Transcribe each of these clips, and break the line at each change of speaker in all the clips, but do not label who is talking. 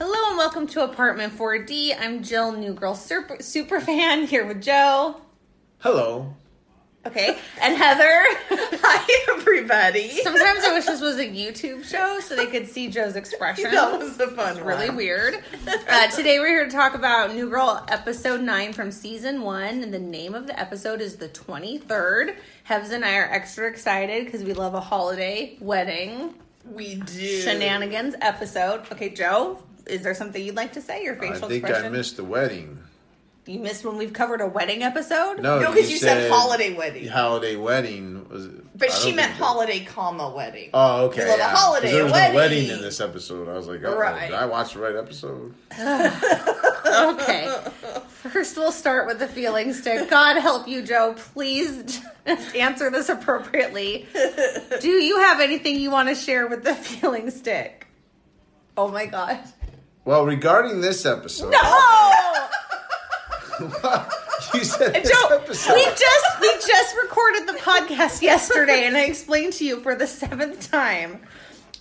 Hello and welcome to Apartment 4D. I'm Jill, New Girl super, Superfan, here with Joe.
Hello.
Okay, and Heather.
Hi, everybody.
Sometimes I wish this was a YouTube show so they could see Joe's expression.
That was the fun
really
one.
weird. Uh, today we're here to talk about New Girl episode 9 from season 1, and the name of the episode is the 23rd. Hevs and I are extra excited because we love a holiday wedding
We do.
shenanigans episode. Okay, Joe, is there something you'd like to say? Your facial
I think
expression?
I missed the wedding.
You missed when we've covered a wedding episode?
No,
No, because you said holiday wedding.
Holiday wedding was. I
But
don't
she
think
meant
that-
holiday, comma, wedding.
Oh, okay.
We love a
yeah. 'Cause
holiday,
There
a
was
wedding.
no wedding in this episode. I was like, oh,
Right.
did I watch the right episode?
Okay. First, we'll start with the feeling stick. God help you, Joe. Please just answer this appropriately. Do you have anything you want to share with the feeling stick? Oh my God.
Well, regarding this episode,
Oh!
you said this
Joe,
episode.
we just we just recorded the podcast yesterday, and I explained to you for the seventh time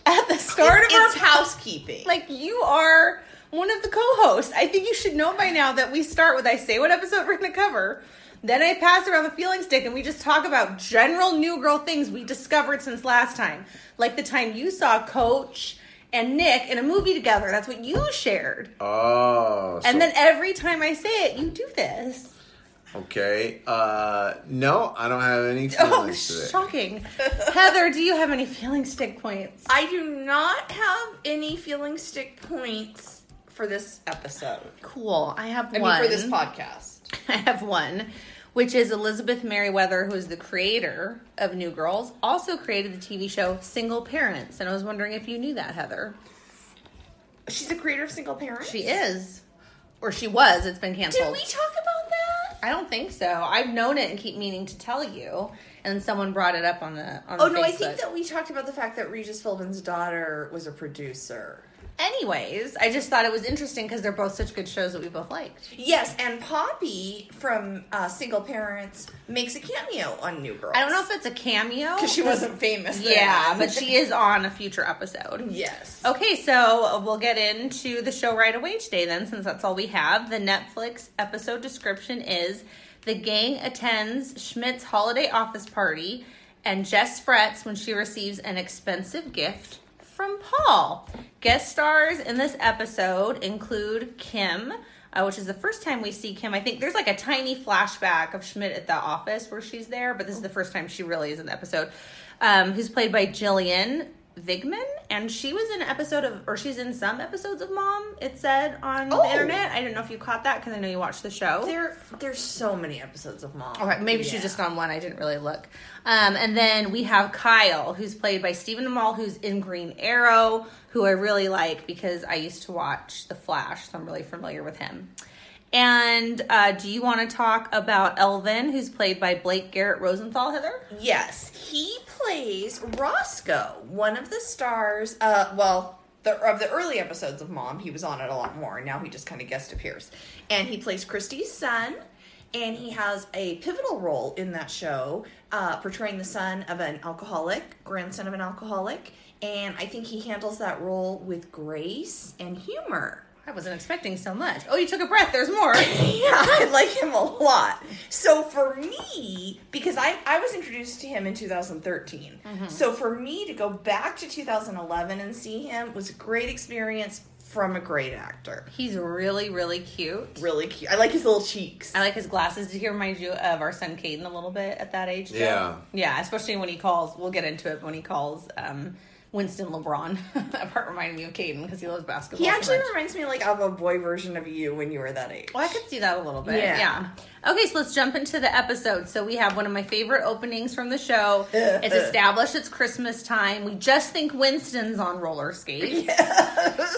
at the start
It's,
of our
it's housekeeping.
like you are one of the co-hosts. I think you should know by now that we start with I say what episode we're going to cover. Then I pass around the feeling stick and we just talk about general new girl things we discovered since last time. Like the time you saw Coach and Nick in a movie together. That's what you shared.
oh, so-
and then every time I say it, you do this.
okay. Uh, no, I don't have any
Oh,
feelings today.
shocking. Heather, do you have any feeling stick points?
I do not have any feeling stick points for this episode.
Cool. I have
I
one.
mean, for this podcast.
I have one, which is Elizabeth Merriweather, who is the creator of New Girls, also created the TV show Single Parents. And I was wondering if you knew that, Heather.
She's a creator of Single Parents?
She is. Or she was. It's been
Did
canceled.
we talk about that?
I don't think so. I've known it and keep meaning to tell you. And someone brought it up on the on
Oh, no, I
Facebook.
think that we talked about the fact that Regis Philbin's daughter was a producer.
Anyways, I just thought it was interesting because they're both such good shows that we both liked.
Yes, and Poppy from uh, Single Parents makes a cameo on New Girls.
I don't know if it's a cameo.
because she wasn't famous. then.
Yeah, but she Oh. is on a future episode.
yes.
Okay, so we'll get into the show right away today, then, since that's all we have. The Netflix episode description is The gang attends Schmidt's holiday office party, and Jess frets when she receives an expensive gift from Paul. Guest stars in this episode include Kim. Uh, which is the first time we see Kim. I think there's like a tiny flashback of Schmidt at the office where she's there, but this is the first time she really is in the episode. Um, who's played by Jillian Vigman, and she was in an episode of, or she's in some episodes of Mom. It said on
Oh.
the internet. I don't know if you caught that because I know you watched the show.
There, there's so many episodes of Mom.
All right, maybe she's
Yeah.
just on one. I didn't really look. Um, and then we have Kyle, who's played by Stephen Amell, who's in Green Arrow, who I really like because I used to watch The Flash, so I'm really familiar with him. And uh, do you want to talk about Elvin, who's played by Blake Garrett Rosenthal, Heather?
Yes, he plays Roscoe, one of the stars. Uh, well, the, of the early episodes of Mom, he was on it a lot more. Now he just kind of guest appears, and he plays Christie's son. And he has a pivotal role in that show, uh, portraying the son of an alcoholic, grandson of an alcoholic. And I think he handles that role with grace and humor.
I wasn't expecting so much. Oh, you took a breath. There's more.
Yeah, I like him a lot. So for me, because I, I was introduced to him in 2013.
Mm-hmm.
So for me to go back to 2011 and see him was a great experience from a great actor.
He's really, really cute.
Really cute. I like his little cheeks.
I like his glasses. Did he remind you of our son Caden a little bit at that age? Joe?
Yeah.
Yeah, especially when he calls. We'll get into it when he calls. Um, Winston LeBron. that part reminded me of Caden because he loves basketball.
He
so
actually
much.
reminds me like of a boy version of you when you were that age.
Well, I could see that a little bit.
Yeah.
Yeah. Okay, so let's jump into the episode. So we have one of my favorite openings from the show. it's established it's Christmas time. We just think Winston's on roller skates.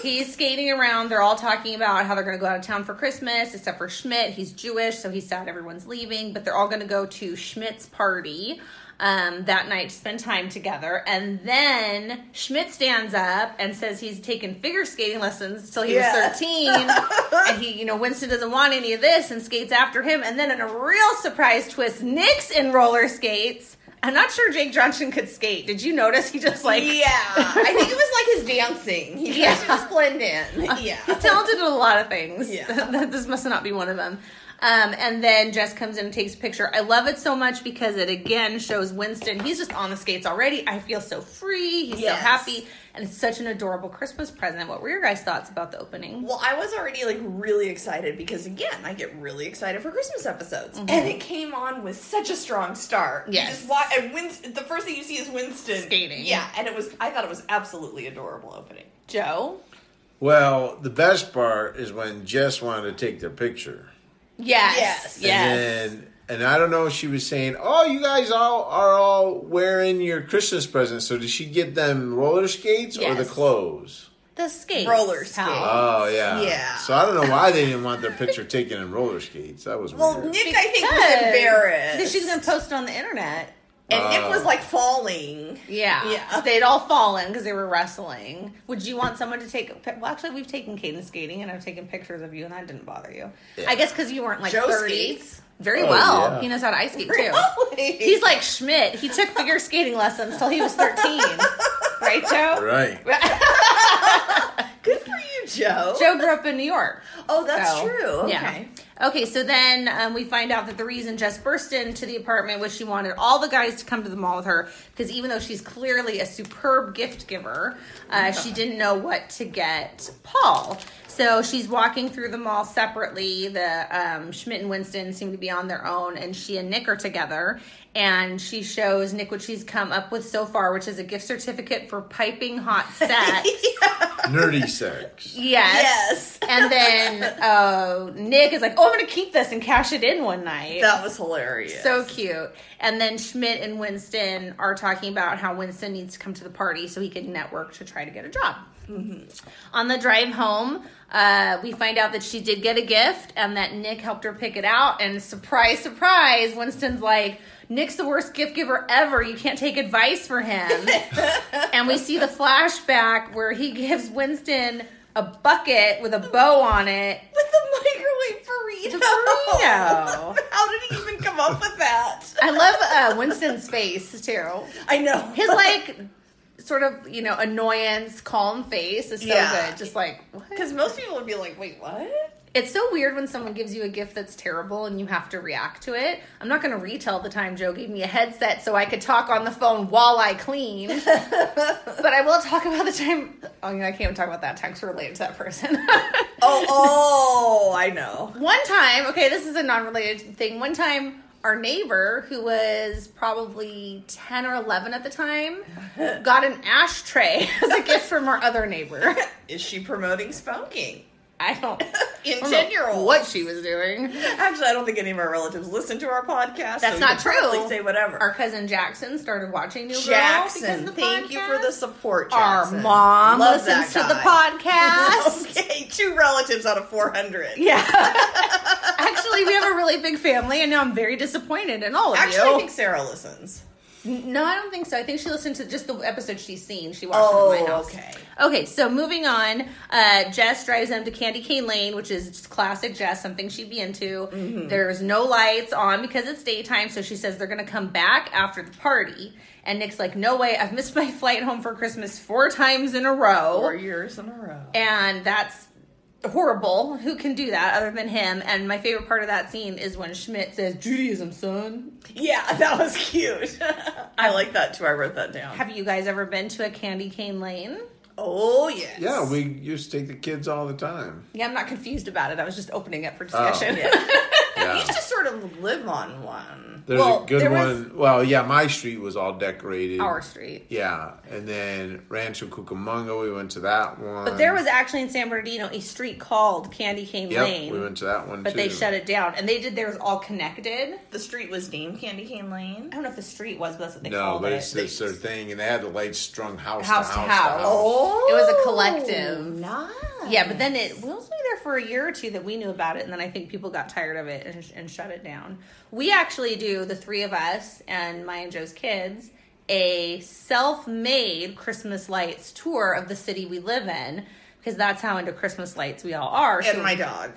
He's skating around. They're all talking about how they're going to go out of town for Christmas, except for Schmidt. He's Jewish, so he's sad everyone's leaving, but they're all going to go to Schmidt's party um, that night to spend time together. And then Schmidt stands up and says he's taken figure skating lessons till he
Yeah.
was 13. and he, you know, Winston doesn't want any of this and skates after him. And then in a real surprise twist, Nick's in roller skates. I'm not sure Jake Johnson could skate. Did you notice he just like
yeah, I think it was like his dancing. He
Yeah.
yeah. just blend in.
He's
Yeah,
talented at a lot of things.
Yeah.
this must not be one of them. Um, and then Jess comes in and takes a picture. I love it so much because it again shows Winston. He's just on the skates already. I feel so free. He's
Yes.
so happy. And it's such an adorable Christmas present. What were your guys' thoughts about the opening?
Well, I was already like really excited because again, I get really excited for Christmas episodes, and it came on with such a strong start. You
Mm-hmm. Yes.
just watch, and Winston, the first thing you see is Winston
Skating.
Yeah, and it was I thought it was absolutely adorable opening.
Joe?
Well, the best part is when Jess wanted to take their picture.
Yes.
Yes.
Yes.
And and I don't know if she was saying, "Oh, you guys all are all wearing your Christmas presents." So did she get them roller skates or
Yes.
the clothes?
the skates.
Roller
pal.
skates.
Oh yeah.
Yeah.
So I don't know why they didn't want their picture taken in roller skates. That was
Well,
weird.
Nick, I think was
Because-
embarrassed,
Because she's going to post it on the internet.
and Nick was like falling.
Yeah.
Yeah.
They'd all fallen because they were wrestling. Would you want someone to take a pic- Well, actually, we've taken Caden skating and I've taken pictures of you and that didn't bother you. I guess because you weren't like
Joe
30.
skates.
Very
Oh,
well.
yeah.
He knows how to ice skate too.
Really?
He's like Schmidt. He took figure skating lessons till he was 13. right, Joe?
right.
good for you, Joe.
Joe grew up in New York.
Oh, that's
So,
true. Okay.
yeah. Okay, so then um, we find out that the reason Jess burst into the apartment was she wanted all the guys to come to the mall with her because even though she's clearly a superb gift giver, uh,
Mm-hmm.
she didn't know what to get Paul. So she's walking through the mall separately. The um, Schmidt and Winston seem to be on their own, and she and Nick are together. And she shows Nick what she's come up with so far, which is a gift certificate for piping hot sex.
Nerdy sex.
Yes.
Yes.
and then uh, Nick is like, "Oh, I'm gonna keep this and cash it in one night."
That was hilarious.
so cute. And then Schmidt and Winston are talking about how Winston needs to come to the party so he can network to try to get a job. On the drive home, uh, we find out that she did get a gift and that Nick helped her pick it out. And surprise, surprise, Winston's like, Nick's the worst gift giver ever. You can't take advice for him. and we see the flashback where he gives Winston a bucket with a bow on it.
with the microwave burrito.
The burrito.
How did he even come up with that?
I love uh, Winston's face too.
I know.
His like sort of you know annoyance, calm face is so
Yeah.
good. Just like what?
because most people would be like, "Wait, what?"
It's so weird when someone gives you a gift that's terrible and you have to react to it. I'm not going to retell the time Joe gave me a headset so I could talk on the phone while I clean. but I will talk about the time. Oh, yeah, I can't even talk about that time 'cause we're related to that person.
Oh, oh, I know.
One time, okay, this is a non related thing. One time, our neighbor, who was probably 10 or 11 at the time, got an ashtray as a gift from our other neighbor.
Is she promoting smoking
I don't. I
in
don't
ten year
know
olds?
Oh, what she was doing.
Actually, I don't think any of our relatives listen to our podcast.
That's
so
not
you could probably
true.
Say whatever.
Our cousin Jackson started watching New Girl because
Jackson,
of the
thank you for the
podcast.
support.
Our
Jackson.
mom
Love
listens to
that
the podcast.
guy. okay, two relatives out of four hundred.
Yeah. Actually, we have a really big family, and now I'm very disappointed in all of
Actually,
you.
I think Sarah listens.
No, I don't think so. I think she listened to just the episode she's seen. She watched
Oh,
it at my house.
okay.
Okay, so moving on, uh, Jess drives them to Candy Cane Lane, which is just classic Jess, something she'd be into.
Mm-hmm.
There's no lights on because it's daytime, so she says they're going to come back after the party. And Nick's like, no way, I've missed my flight home for Christmas four times in a row
Four years in a row.
and that's horrible. Who can do that other than him? And my favorite part of that scene is when Schmidt says, Judaism, son.
Yeah, that was cute. I like that too. I wrote that down.
Have you guys ever been to a candy cane lane?
oh yes.
Yeah, we used to take the kids all the time.
Yeah, I'm not confused about it. I was just opening up for discussion.
Yeah. We
Oh, Yeah.
used to sort of live on one.
There's
well,
a good
there was-
one. Well, yeah, my street was all decorated.
Our street.
Yeah, and then Rancho Cucamonga, we went to that one.
But there was actually in San Bernardino a street called Candy Cane
yep,
Lane.
we went to that one
but
too.
they shut it down. And they did theirs all connected.
the street was named Candy Cane Lane.
I don't know if the street was, but that's what they
No,
called
but
it.
it's, it's their thing, and they had the lights strung house,
House
to
to
house.
house.
To house.
Oh,
It was a collective.
Nice.
yeah, but then it we was only there for a year or two that we knew about it, and then I think people got tired of it and, and shut it down. We actually do the three of us and my and Joe's kids a self-made Christmas lights tour of the city we live in because that's how into Christmas lights we all are.
and
So-
my dog.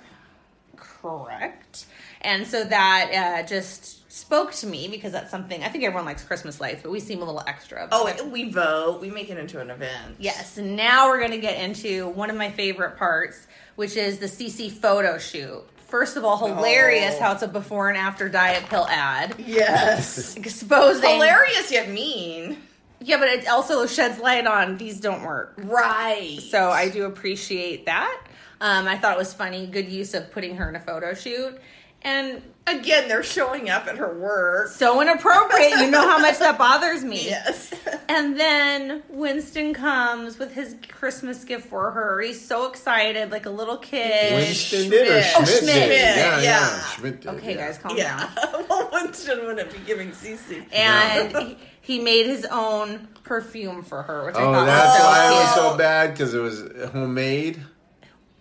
correct. And so that uh, just spoke to me because that's something I think everyone likes Christmas lights, but we seem a little extra. about
Oh,
it.
it- we vote. We make it into an event.
Yes, and now we're going to get into one of my favorite parts, which is the CC photo shoot. First of all, hilarious
Oh.
how it's a before and after diet pill ad.
Yes.
Exposing.
Hilarious yet mean.
Yeah, but it also sheds light on these don't work.
Right.
So I do appreciate that. Um, I thought it was funny. Good use of putting her in a photo shoot. And
again, they're showing up at her work.
so inappropriate. You know how much that bothers me.
Yes.
And then Winston comes with his Christmas gift for her. He's so excited, like a little kid.
Winston did or
Schmidt. Oh,
Schmidt,
Schmidt.
did? Yeah, yeah,
Yeah.
Schmidt did.
Okay,
yeah.
guys, calm
yeah.
down.
well, Winston wouldn't be giving Cece.
And he, he made his own perfume for her, which I
Oh,
thought
that's why it
was
cute.
so
was so bad because it was homemade.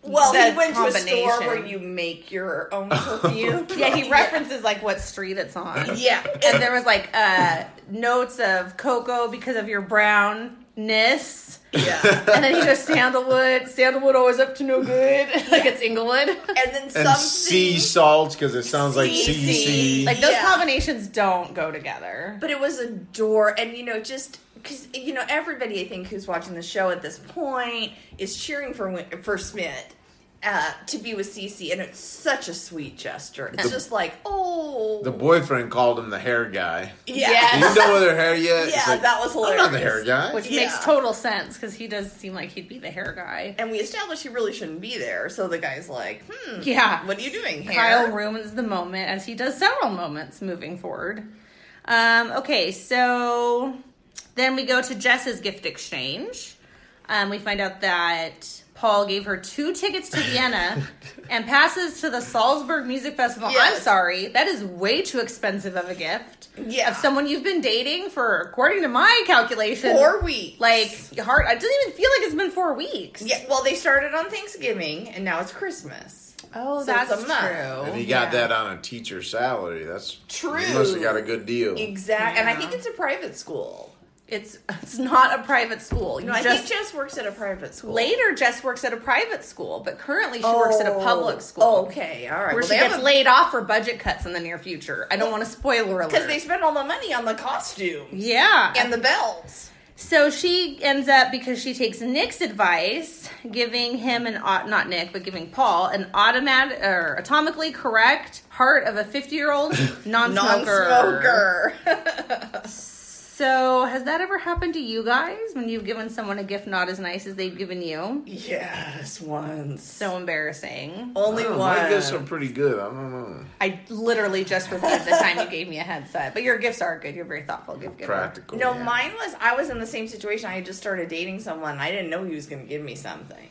Well,
That
he went to a store
combination.
where you make your own perfume.
cute. Yeah, he references like what street it's on.
Yeah.
And there was like uh, notes of cocoa because of your brownness.
yeah.
And then he goes sandalwood. Sandalwood always up to no good. like it's Inglewood.
And then
And
some
sea
things-
salt because it sounds like
Sea
CC.
sea.
Like those
Yeah.
combinations don't go together.
But it was a door, and you know, just because you know everybody, I think, who's watching the show at this point is cheering for Win- for Smith uh, to be with Cece, and it's such a sweet gesture. It's just like, oh,
the boyfriend called him the hair guy.
yeah,
Yes.
You done with her hair yet?
yeah,
It's like,
that was
I'm
hilarious.
not the hair guy.
Which
Yeah.
makes total sense because he does seem like he'd be the hair guy.
And we established he really shouldn't be there, so the guy's like, hmm,
Yeah.
what are you doing here?
Kyle ruins the moment as he does several moments moving forward. Um, okay, so then we go to Jess's gift exchange. Um, we find out that Paul gave her two tickets to Vienna and passes to the Salzburg Music Festival. I'm
Yes.
sorry, that is way too expensive of a gift.
Yeah.
Of someone you've been dating for, according to my calculation,
Four weeks.
Like, hard. It doesn't even feel like it's been four weeks.
yeah, well, they started on Thanksgiving, and now it's Christmas.
Oh,
So
that's
it's a month.
true.
And he got that on a teacher's salary. That's
True.
He must have got a good deal.
Exactly, and I
Yeah.
think it's a private school.
It's it's not a private school. You
No, I
just
think Jess works at a private school.
later Jess works at a private school, but currently she works at a public school.
Oh, okay, all right.
Where
Well,
she
they
gets
have a-
laid off for budget cuts in the near future. I don't want to spoiler alert.
because they spend all the money on the costumes
yeah.
and the bells.
so she ends up because she takes Nick's advice, giving him an au- not Nick, but giving Paul an automatic or atomically correct heart of a 50-year-old non-smoker.
Non-smoker.
So, has that ever happened to you guys when you've given someone a gift not as nice as they've given you?
yes, once.
So embarrassing.
Only
Oh,
one.
my gifts are pretty good. I don't know.
I literally just remembered the time you gave me a headset. But your gifts are good. You're a very thoughtful gift giver.
Practical.
No,
yeah.
mine was I was in the same situation. I had just started dating someone. I didn't know he was going to give me something.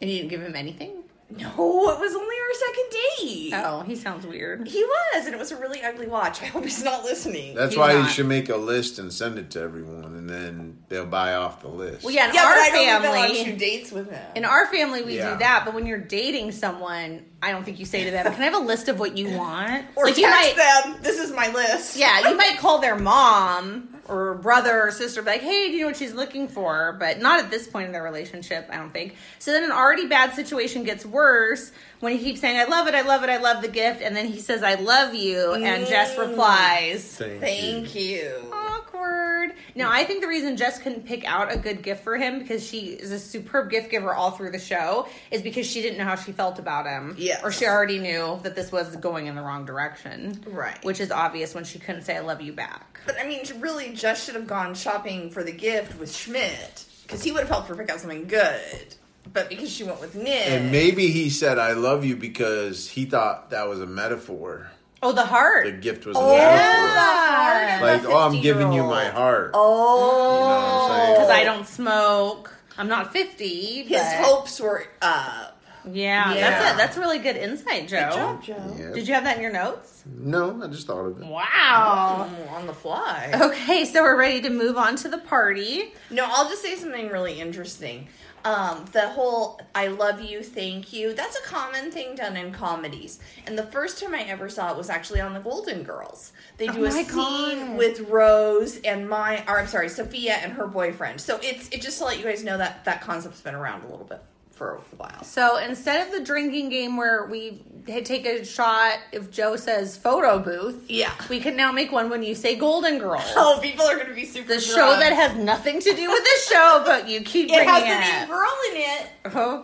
And you didn't give him anything?
No, it was only our second date.
Oh, he sounds weird.
He was, and it was a really ugly watch. I hope he's not listening.
That's
He's
why you
not.
should make a list and send it to everyone, and then they'll buy off the list.
Well, yeah, in
yeah,
our
but I've only been on two
family.
dates with him.
In our family, we
Yeah.
do that. But when you're dating someone, I don't think you say to them, "Can I have a list of what you want?"
or
like
text
you might,
them. This is my list.
yeah, you might call their mom or brother or sister, be like, "Hey, do you know what she's looking for?" But not at this point in their relationship, I don't think. So then an already bad situation gets worse when he keeps saying, "I love it, I love it, I love the gift," and then he says, "I love you," and Jess replies,
Thank, you.
Thank you.
awkward. No, I think the reason Jess couldn't pick out a good gift for him because she is a superb gift giver all through the show is because she didn't know how she felt about him.
Yes.
Or she already knew that this was going in the wrong direction.
Right.
Which is obvious when she couldn't say I love you back.
But I mean, really, Jess should have gone shopping for the gift with Schmidt because he would have helped her pick out something good. but because she went with Nick,
And maybe he said "I love you" because he thought that was a metaphor.
Oh, the heart.
The gift was a
Oh,
yeah.
metaphor.
heart of
Like,
a
oh, I'm giving you
50-year-old.
my heart.
oh,
You know what I'm saying?
Because I don't smoke. I'm not 50.
his
but-
hopes were up.
Yeah,
Yeah.
that's it. That's really good insight, Joe.
Joe.
Yeah.
Did you have that in your notes?
No, I just thought of it.
Wow.
Mm, on the fly.
Okay, so we're ready to move on to the party.
No, I'll just say something really interesting. Um, the whole I love you, thank you, that's a common thing done in comedies. And the first time I ever saw it was actually on The Golden Girls. They do a
Oh my
scene with Rose and my, or I'm sorry, Sophia and her boyfriend. So it's it just to let you guys know that that concept's been around a little bit for a while.
So instead of the drinking game where we t- take a shot if Joe says photo booth,
Yeah.
we can now make one when you say Golden Girls.
Oh, people are going to be super.
the show that
drunk.
has nothing to do with this show, but you keep
it
bringing
has
it.
the name girl in it.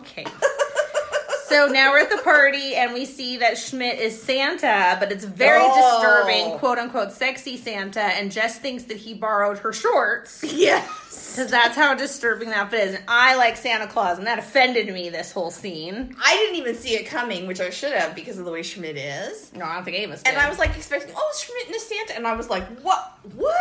Okay. so now we're at the party and we see that Schmidt is Santa, but it's very
Oh.
disturbing, quote unquote, sexy Santa, and Jess thinks that he borrowed her shorts
Yes.
because that's how disturbing that is. And I like Santa Claus, and that offended me this whole scene.
I didn't even see it coming, which I should have because of the way Schmidt is.
No, I don't think any of us
And
did.
I was like expecting, oh, it's Schmidt and it's Santa. And I was like, what? What?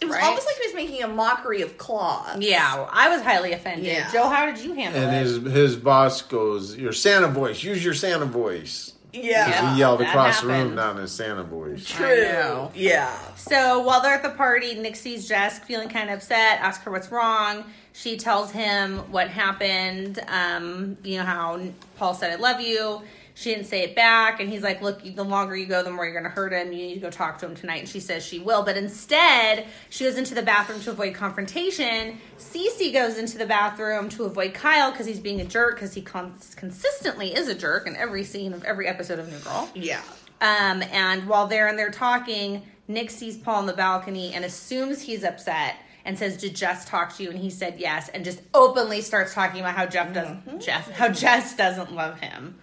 It was
Right.
almost like he was making a mockery of Claus.
yeah, well, I was highly offended.
Yeah.
Joe, how did you handle
And
it?
his his boss goes, "Your Santa voice. Use your Santa voice." 'Cause
Yeah.
he yelled
that
across the
happened.
room, not in his Santa voice.
I
True.
know.
Yeah.
So while they're at the party, Nick sees Jess feeling kind of upset, asks her what's wrong. She tells him what happened. Um, you know how Paul said, I love you. She didn't say it back. And he's like, Look, the longer you go, the more you're going to hurt him. You need to go talk to him tonight. And she says she will. But instead, she goes into the bathroom to avoid confrontation. Cece goes into the bathroom to avoid Kyle because he's being a jerk because he cons- consistently is a jerk in every scene of every episode of New Girl.
Yeah.
Um, and while they're in there talking, Nick sees Paul on the balcony and assumes he's upset and says, "Did Jess talk to you?" And he said yes, and just openly starts talking about how Jeff does Jeff how Jess doesn't love him.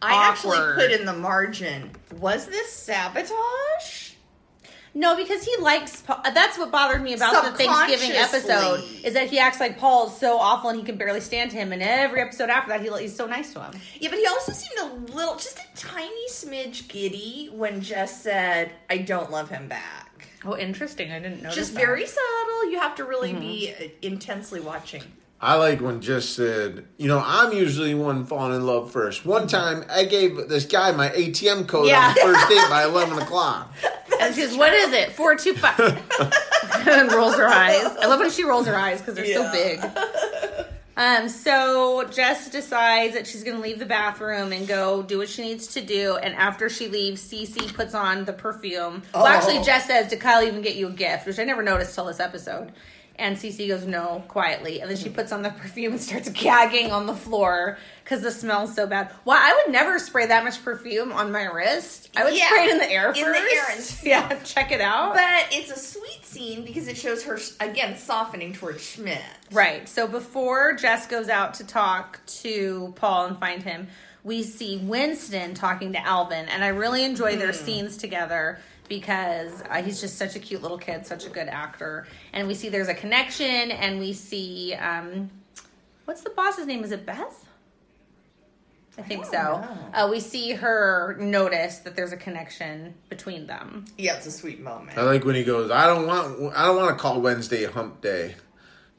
I
Awkward.
actually put in the margin, was this sabotage?
No, because he likes. Paul. That's what bothered me about the Thanksgiving episode
Subconsciously.
is that he acts like Paul is so awful and he can barely stand him. And every episode after that, he, he's so nice to him.
Yeah, but he also seemed a little, just a tiny smidge giddy when Jess said, I don't love him back.
Oh, interesting! I didn't know.
Just very subtle. You have to really
Mm-hmm.
be uh, intensely watching.
I like when Jess said, "You know, I'm usually one falling in love first. One time, I gave this guy my ATM code
Yeah.
on the first date by eleven o'clock.
And she goes, "What is it? Four two five. and rolls her eyes. I love when she rolls her eyes because they're so
Yeah.
big. Um, so Jess decides that she's gonna leave the bathroom and go do what she needs to do. And after she leaves, Cece puts on the perfume. Well, actually,
Oh.
Jess says, "Did Kyle even get you a gift?" Which I never noticed till this episode. And Cece goes, "No," quietly, and then she puts on the perfume and starts gagging on the floor because the smell's so bad. Why I would never spray that much perfume on my wrist. I would
Yeah.
spray it in the air
In the air and
first. yeah, check it out.
But it's a sweet scene because it shows her, again, softening towards Schmidt.
Right. So before Jess goes out to talk to Paul and find him, we see Winston talking to Alvin, and I really enjoy their scenes together because uh, he's just such a cute little kid, such a good actor, and we see there's a connection, and we see um, what's the boss's name? Is it Beth? I think so. Uh, we see her notice that there's a connection between them.
Yeah, it's a sweet moment.
I like when he goes, "I don't want, I don't want to call Wednesday Hump Day."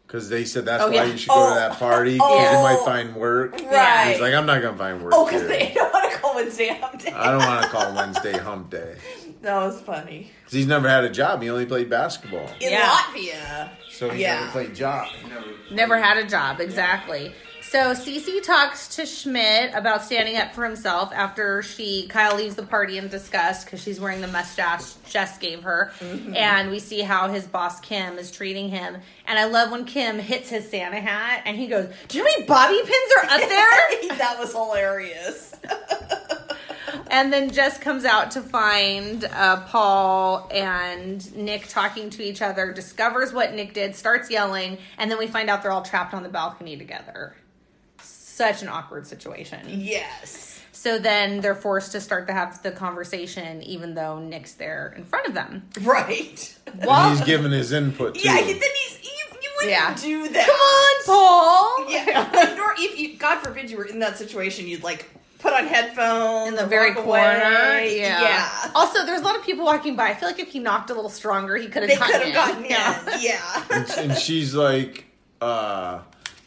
Because they said that's
Oh,
why
yeah.
you should go
Oh.
to that party because
Oh.
you might find work.
Right.
He's like, I'm not gonna find work.
oh, because
here.
they don't want to call Wednesday hump day.
I don't want to call Wednesday Hump Day
that was funny.
because he's never had a job. He only played basketball,
In
Yeah.
Latvia.
so he
Yeah.
never played job. He never-
Never had a job, exactly. So Cece talks to Schmidt about standing up for himself after she Kyle leaves the party in disgust because she's wearing the mustache Jess gave her, and we see how his boss Kim is treating him. And I love when Kim hits his Santa hat and he goes, "Do you know how many bobby pins are up there?"
that was hilarious.
And then Jess comes out to find uh, Paul and Nick talking to each other, discovers what Nick did, starts yelling, and then we find out they're all trapped on the balcony together. Such an awkward situation.
Yes.
So then they're forced to start to have the conversation, even though Nick's there in front of them.
Right.
And he's giving his input. Too.
Yeah, he, then he's. He, you- when couldn't
Yeah.
do that.
Come on, Paul.
Yeah. Like, nor if you, God forbid, you were in that situation, you'd like put on headphones
In the
or
very
walk
corner.
away.
Yeah.
yeah.
Also, there's a lot of people walking by. I feel like if he knocked a little stronger, he could have
They
gotten
could have
in. Yeah.
gotten in. Yeah.
and she's like, uh,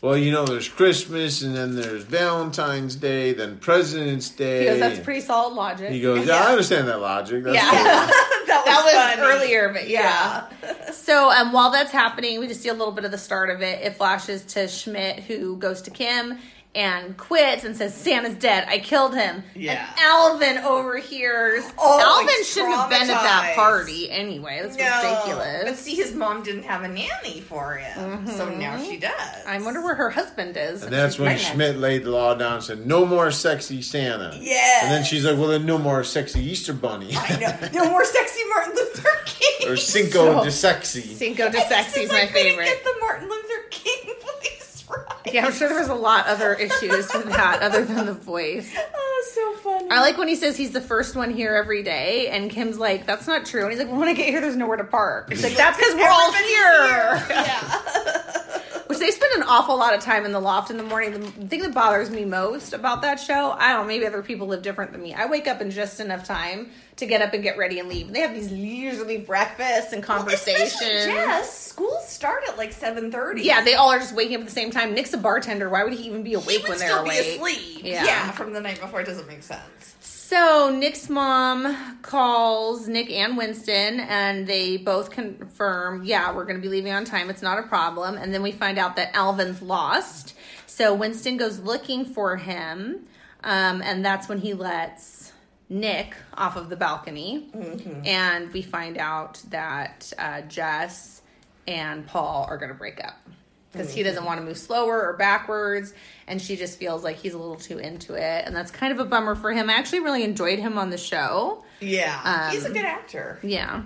well, you know, there's Christmas, and then there's Valentine's Day, then President's Day.
He goes, that's pretty solid logic.
He goes, I understand that logic. That's
Yeah.
cool."
that was,
that was
funny.
earlier, but yeah. so um, while that's happening, we just see a little bit of the start of it. It flashes to Schmidt, who goes to Kim and quits and says, "Santa's dead. I killed him."
Yeah.
And Alvin overhears.
Oh,
Alvin
he's
shouldn't have been at that
traumatized.
party anyway. That's
No. But
ridiculous.
see, his mom didn't have a nanny for him, so now she
Mm-hmm.
does.
I wonder where her husband is.
And that's
She's
when
pregnant.
Schmidt laid the law down and said, no more sexy Santa.
Yes.
And then she's like, well, then no more sexy Easter Bunny.
I know. No more sexy Martin Luther King.
or Cinco
So-
de Sexy.
Cinco de
This
Sexy is
I
my
couldn't
favorite.
Get the Martin Luther King voice right.
Yeah, I'm sure there was a lot other issues with that other than the voice.
Oh, so funny.
I like when he says he's the first one here every day, and Kim's like, "That's not true." And he's like, "When I get here, there's nowhere to park." It's like that's because we're all here.
Everybody's Yeah.
Which they spend an awful lot of time in the loft in the morning. The thing that bothers me most about that show, I don't. know, Maybe other people live different than me. I wake up in just enough time to get up and get ready and leave. And they have these leisurely breakfasts and conversations.
Especially Jess, school start at like seven thirty.
yeah, they all are just waking up at the same time. Nick's a bartender. Why would he even be
he
awake
would
when they're
still
awake?
be asleep.
Yeah.
from the night before it doesn't make sense.
So Nick's mom calls Nick and Winston, and they both confirm, yeah, we're going to be leaving on time. It's not a problem. And then we find out that Alvin's lost. So Winston goes looking for him, um, and that's when he lets Nick off of the balcony. And we find out that uh, Jess and Paul are going to break up because he doesn't want to move slower or backwards and she just feels like he's a little too into it and that's kind of a bummer for him i actually really enjoyed him on the show
Yeah,
Um,
he's a good actor.
yeah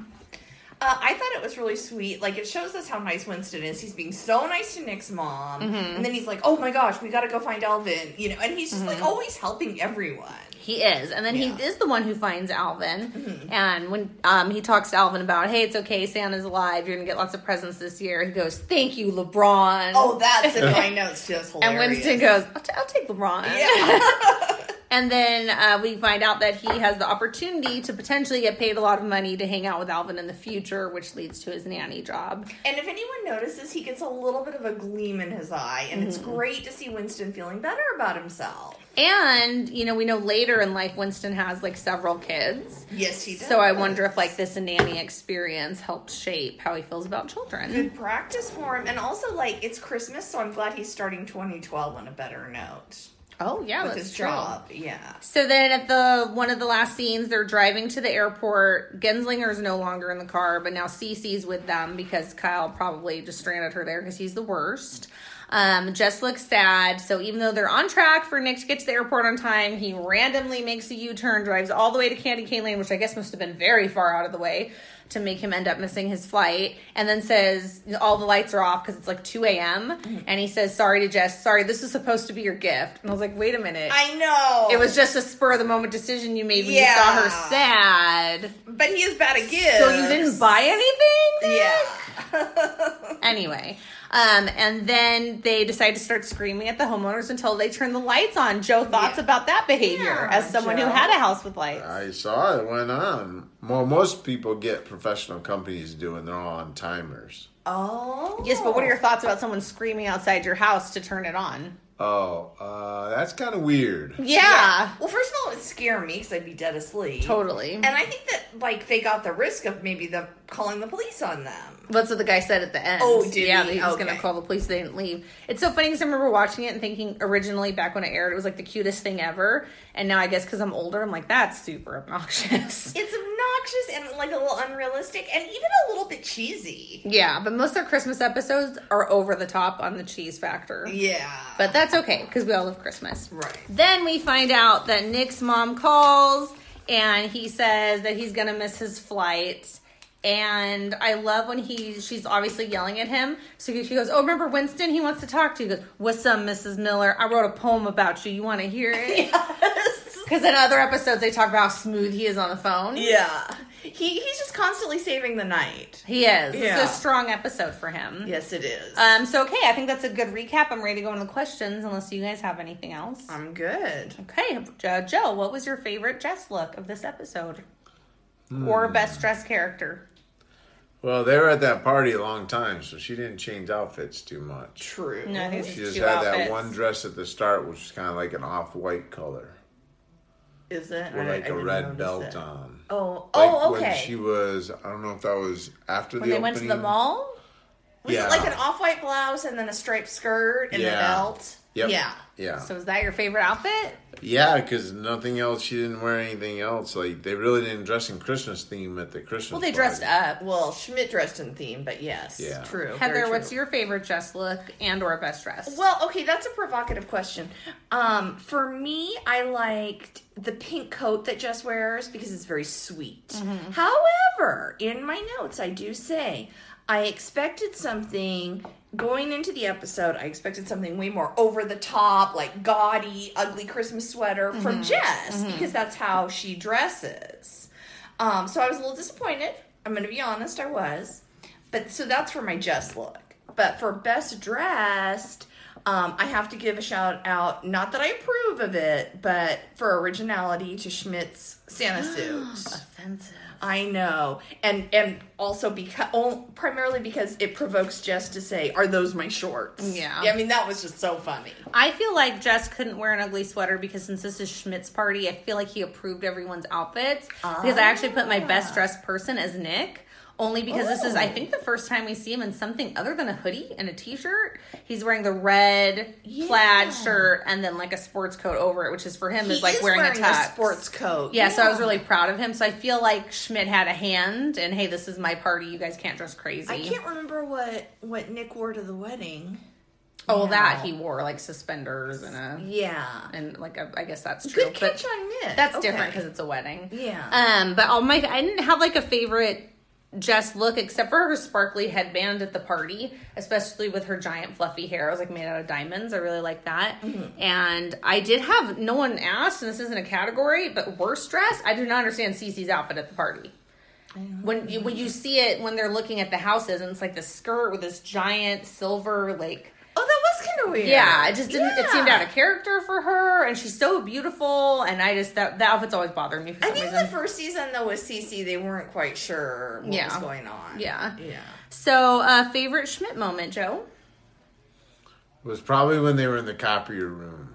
Uh, I thought it was really sweet. Like it shows us how nice Winston is. He's being so nice to Nick's mom,
Mm-hmm.
and then he's like, "Oh my gosh, we got to go find Alvin," you know. And he's just
Mm-hmm.
like always helping everyone.
he is and then
Yeah. Mm-hmm.
he is the one who finds alvin and when um, he talks to alvin about hey it's okay santa's alive you're gonna get lots of presents this year he goes thank you lebron
Oh, that's in my notes. Just
and
hilarious.
winston goes i'll, t- I'll take lebron
"Yeah,
And then uh, we find out that he has the opportunity to potentially get paid a lot of money to hang out with Alvin in the future, which leads to his nanny job.
And if anyone notices, he gets a little bit of a gleam in his eye, and it's great to see Winston feeling better about himself.
And, you know, we know later in life Winston has like several kids.
Yes, he does.
So I wonder if like this nanny experience helped shape how he feels about children.
Good practice for him, and also like it's Christmas, so I'm glad he's starting 2012 on a better note
Oh yeah,
with
that's
his
true.
job. Yeah.
So then at the one of the last scenes, they're driving to the airport. Genslinger's no longer in the car, but now Cece's with them because Kyle probably just stranded her there because he's the worst. Um, Jess looks sad. So even though they're on track for Nick to get to the airport on time, he randomly makes a U-turn, drives all the way to Candy Cane Lane, which I guess must have been very far out of the way to make him end up missing his flight and then says all the lights are off because it's like 2 a.m and he says sorry to jess sorry this was supposed to be your gift and i was like wait a minute
I know.
it was just a spur of the moment decision you made when
Yeah.
you saw her sad.
But he is bad at gifts.
So you didn't buy anything? Nick?
Yeah.
Anyway. Um, and then they decide to start screaming at the homeowners until they turn the lights on. Joe thoughts
Yeah.
about that behavior
Yeah,
as someone
Joe.
who had a house with lights.
I saw it went on. Well, most people get professional companies doing, they're all on timers.
Oh.
yes, but what are your thoughts about someone screaming outside your house to turn it on?
Oh, uh, that's kind of weird.
Yeah.
Well, first of all, it would scare me because I'd be dead asleep.
Totally.
And I think that like they got the risk of maybe them calling the police on them.
That's what the guy said at the end.
Oh, did
yeah,
he?
that he was
Okay.
going to call the police. They didn't leave. It's so funny because I remember watching it and thinking originally back when it aired, it was like the cutest thing ever. And now I guess because I'm older, I'm like that's super obnoxious.
It's obnoxious and like a little unrealistic and even a little bit cheesy.
yeah, but most of their Christmas episodes are over the top on the cheese factor.
Yeah.
But that's okay because we all love Christmas.
Right.
Then we find out that Nick's mom calls and he says that he's gonna miss his flight. And I love when he she's obviously yelling at him. So she goes, "Oh, remember Winston? He wants to talk to you." He goes, "What's up, Mrs. Miller? I wrote a poem about you. You want to hear it?" Because in other episodes they talk about how smooth he is on the phone.
yeah. he he's just constantly saving the night.
He is.
Yeah.
This is a strong episode for him.
Yes, it is.
Um, so okay, I think that's a good recap. I'm ready to go into the questions unless you guys have anything else.
I'm good.
Okay, Jo- Joe, what was your favorite dress look of this episode?
Hmm.
Or best dress character?
Well, they were at that party a long time, so she didn't change outfits too much.
True.
No, I think
Oh, She
it's
just
two
had that
outfits.
one dress at the start, which was kind of like an off-white color,
Is it?
with
I-
like
I
a
didn't
red
notice
belt
it.
on.
Oh,
Like
oh,
When
okay.
she was, I don't know if that was after
When
the
they
opening.
went to the mall?
was
yeah.
it like an off-white blouse and then a striped skirt and a
Yeah.
belt?
Yep.
Yeah.
Yeah.
So is that your favorite outfit?
Yeah, because nothing else. She didn't wear anything else. Like they really didn't dress in Christmas theme at the Christmas.
Well, they dressed
party.
up.
Well, Schmidt dressed in theme, but yes,
Yeah.
true.
Heather,
very
what's
true.
your favorite dress look and or best dress?
Well, okay, that's a provocative question. Um, for me, I liked the pink coat that Jess wears because it's very sweet. However, in my notes, I do say I expected something going into the episode. I expected something way more over the top, like gaudy, ugly Christmas sweater from Jess because that's how she dresses. Um, so I was a little disappointed. I'm going to be honest, I was. But so that's for my just look. But for best dressed, um, I have to give a shout out. Not that I approve of it, but for originality to Schmidt's Santa suit.
offensive.
I know, and and also because primarily because it provokes Jess to say, "Are those my shorts?"
Yeah.
I mean that was just so funny.
I feel like Jess couldn't wear an ugly sweater because since this is Schmidt's party, I feel like he approved everyone's outfits. Because I actually put my best dressed person as Nick. Only because this is, I think, the first time we see him in something other than a hoodie and a t shirt. He's wearing the red plaid shirt and then like a sports coat over it, which is for him is like wearing, a tux.
sports coat.
yeah, so I was really proud of him. So I feel like Schmidt had a hand and hey, this is my party. You guys can't dress crazy.
I can't remember what what Nick wore to the wedding.
oh, well, that he wore like suspenders and a.
Yeah.
and like I, I guess that's true.
Good
but
catch on Nick.
That's
Okay.
different because it's a wedding.
Yeah.
Um, but all my I didn't have like a favorite Jess look except for her sparkly headband at the party, especially with her giant fluffy hair. It was like made out of diamonds. I really like that.
Mm-hmm.
And I did have no one asked, and this isn't a category, but worst dress. I do not understand Cece's outfit at the party. When you, when you see it when they're looking at the houses and it's like the skirt with this giant silver like
Oh, that was kind of weird.
yeah, it just didn't. It seemed
Yeah.
out of character for her, and she's so beautiful. And I just that, that outfit's always bothered me for
I
some
think
reason.
the first season though with CC, they weren't quite sure what
Yeah.
was going on.
yeah.
Yeah.
So, uh, favorite Schmidt moment, Joe?
It was probably when they were in the copier room.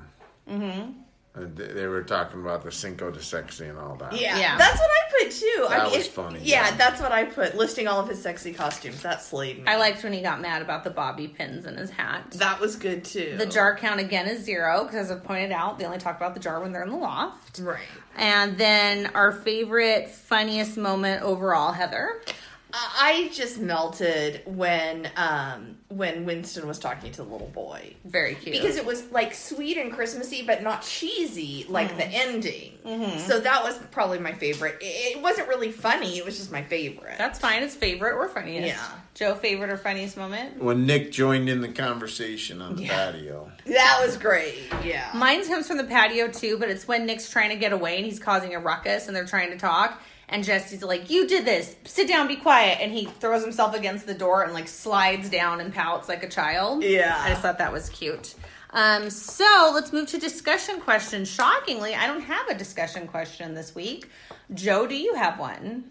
Mm-hmm. And they, they were talking about the Cinco de Sexy and all that.
Yeah.
Yeah.
That's what I put too. I
That
mean,
was
it-
funny,
Yeah,
yeah.
that's what I put. Listing all of his sexy costumes. That slayed me.
I liked when he got mad about the bobby pins in his hat.
that was good too.
The jar count again is zero because, as I've pointed out, they only talk about the jar when they're in the loft.
Right.
And then our favorite funniest moment overall, Heather.
I I just melted when um when Winston was talking to the little boy.
Very cute.
because it was like sweet and Christmassy, but not cheesy like the
Mm-hmm.
ending. So that was probably my favorite. It, it wasn't really funny; it was just my favorite.
that's fine. It's favorite or funniest.
Yeah.
Joe, favorite or funniest moment?
When Nick joined in the conversation on the
Yeah.
patio.
that was great. Yeah,
Mine comes from the patio too, but it's when Nick's trying to get away and he's causing a ruckus and they're trying to talk. And Jesse's like, You did this. Sit down, be quiet. And he throws himself against the door and like slides down and pouts like a child.
Yeah.
I just thought that was cute. Um, so let's move to discussion questions. Shockingly, I don't have a discussion question this week. Joe, do you have one?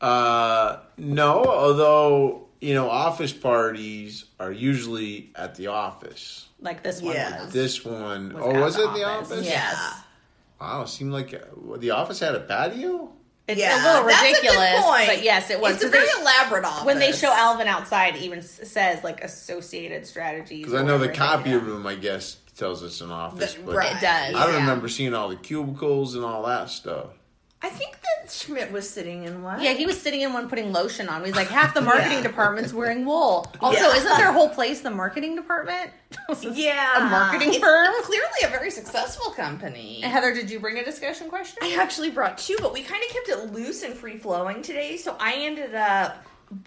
Uh, no, although, you know, office parties are usually at the office.
Like this one
Yes.
was.
This one,
Was
oh,
at
was
the
it the
office.
office?
Yeah.
Wow, it seemed like uh, the office had a patio?
It's
yeah,
a little
that's good
ridiculous.
point.
But yes, it was.
It's a
'Cause they-
very elaborate office.
when they show Alvin outside, it even s- says like associated strategies.
Because I know the
or everything.
copy room, I guess, tells us an office.
The-
but
right.
It does.
I don't
yeah.
remember seeing all the cubicles and all that stuff.
I think that Schmidt was sitting in one.
Yeah, he was sitting in one putting lotion on. He's like, half the marketing
Yeah.
department's wearing wool. Also,
Yeah.
isn't their whole place the marketing department?
yeah,
A marketing
It's
firm?
Clearly, a very successful company.
Heather, did you bring a discussion question?
I actually brought two, but we kind of kept it loose and free flowing today. So I ended up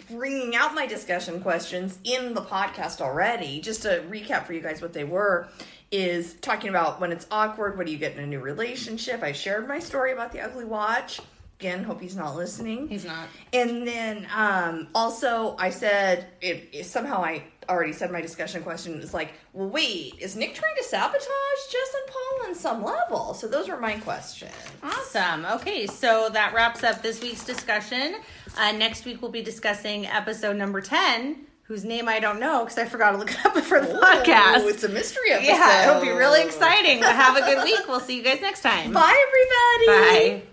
bringing out my discussion questions in the podcast already. Just to recap for you guys what they were is talking about when it's awkward, what do you get in a new relationship? I shared my story about the ugly watch. Again, hope he's not listening.
He's not.
And then um, also, I said it, it- somehow I already said my discussion question It's like, well, wait, is Nick trying to sabotage Jess and Paul on some level? So those were my questions.
Awesome. Okay, so that wraps up this week's discussion. Uh, next week we'll be discussing episode number 10, whose name I don't know because I forgot to look it up for the podcast.
Ooh, it's a mystery episode.
yeah, it'll be really exciting. But have a good week. We'll see you guys next time.
Bye, everybody.
Bye.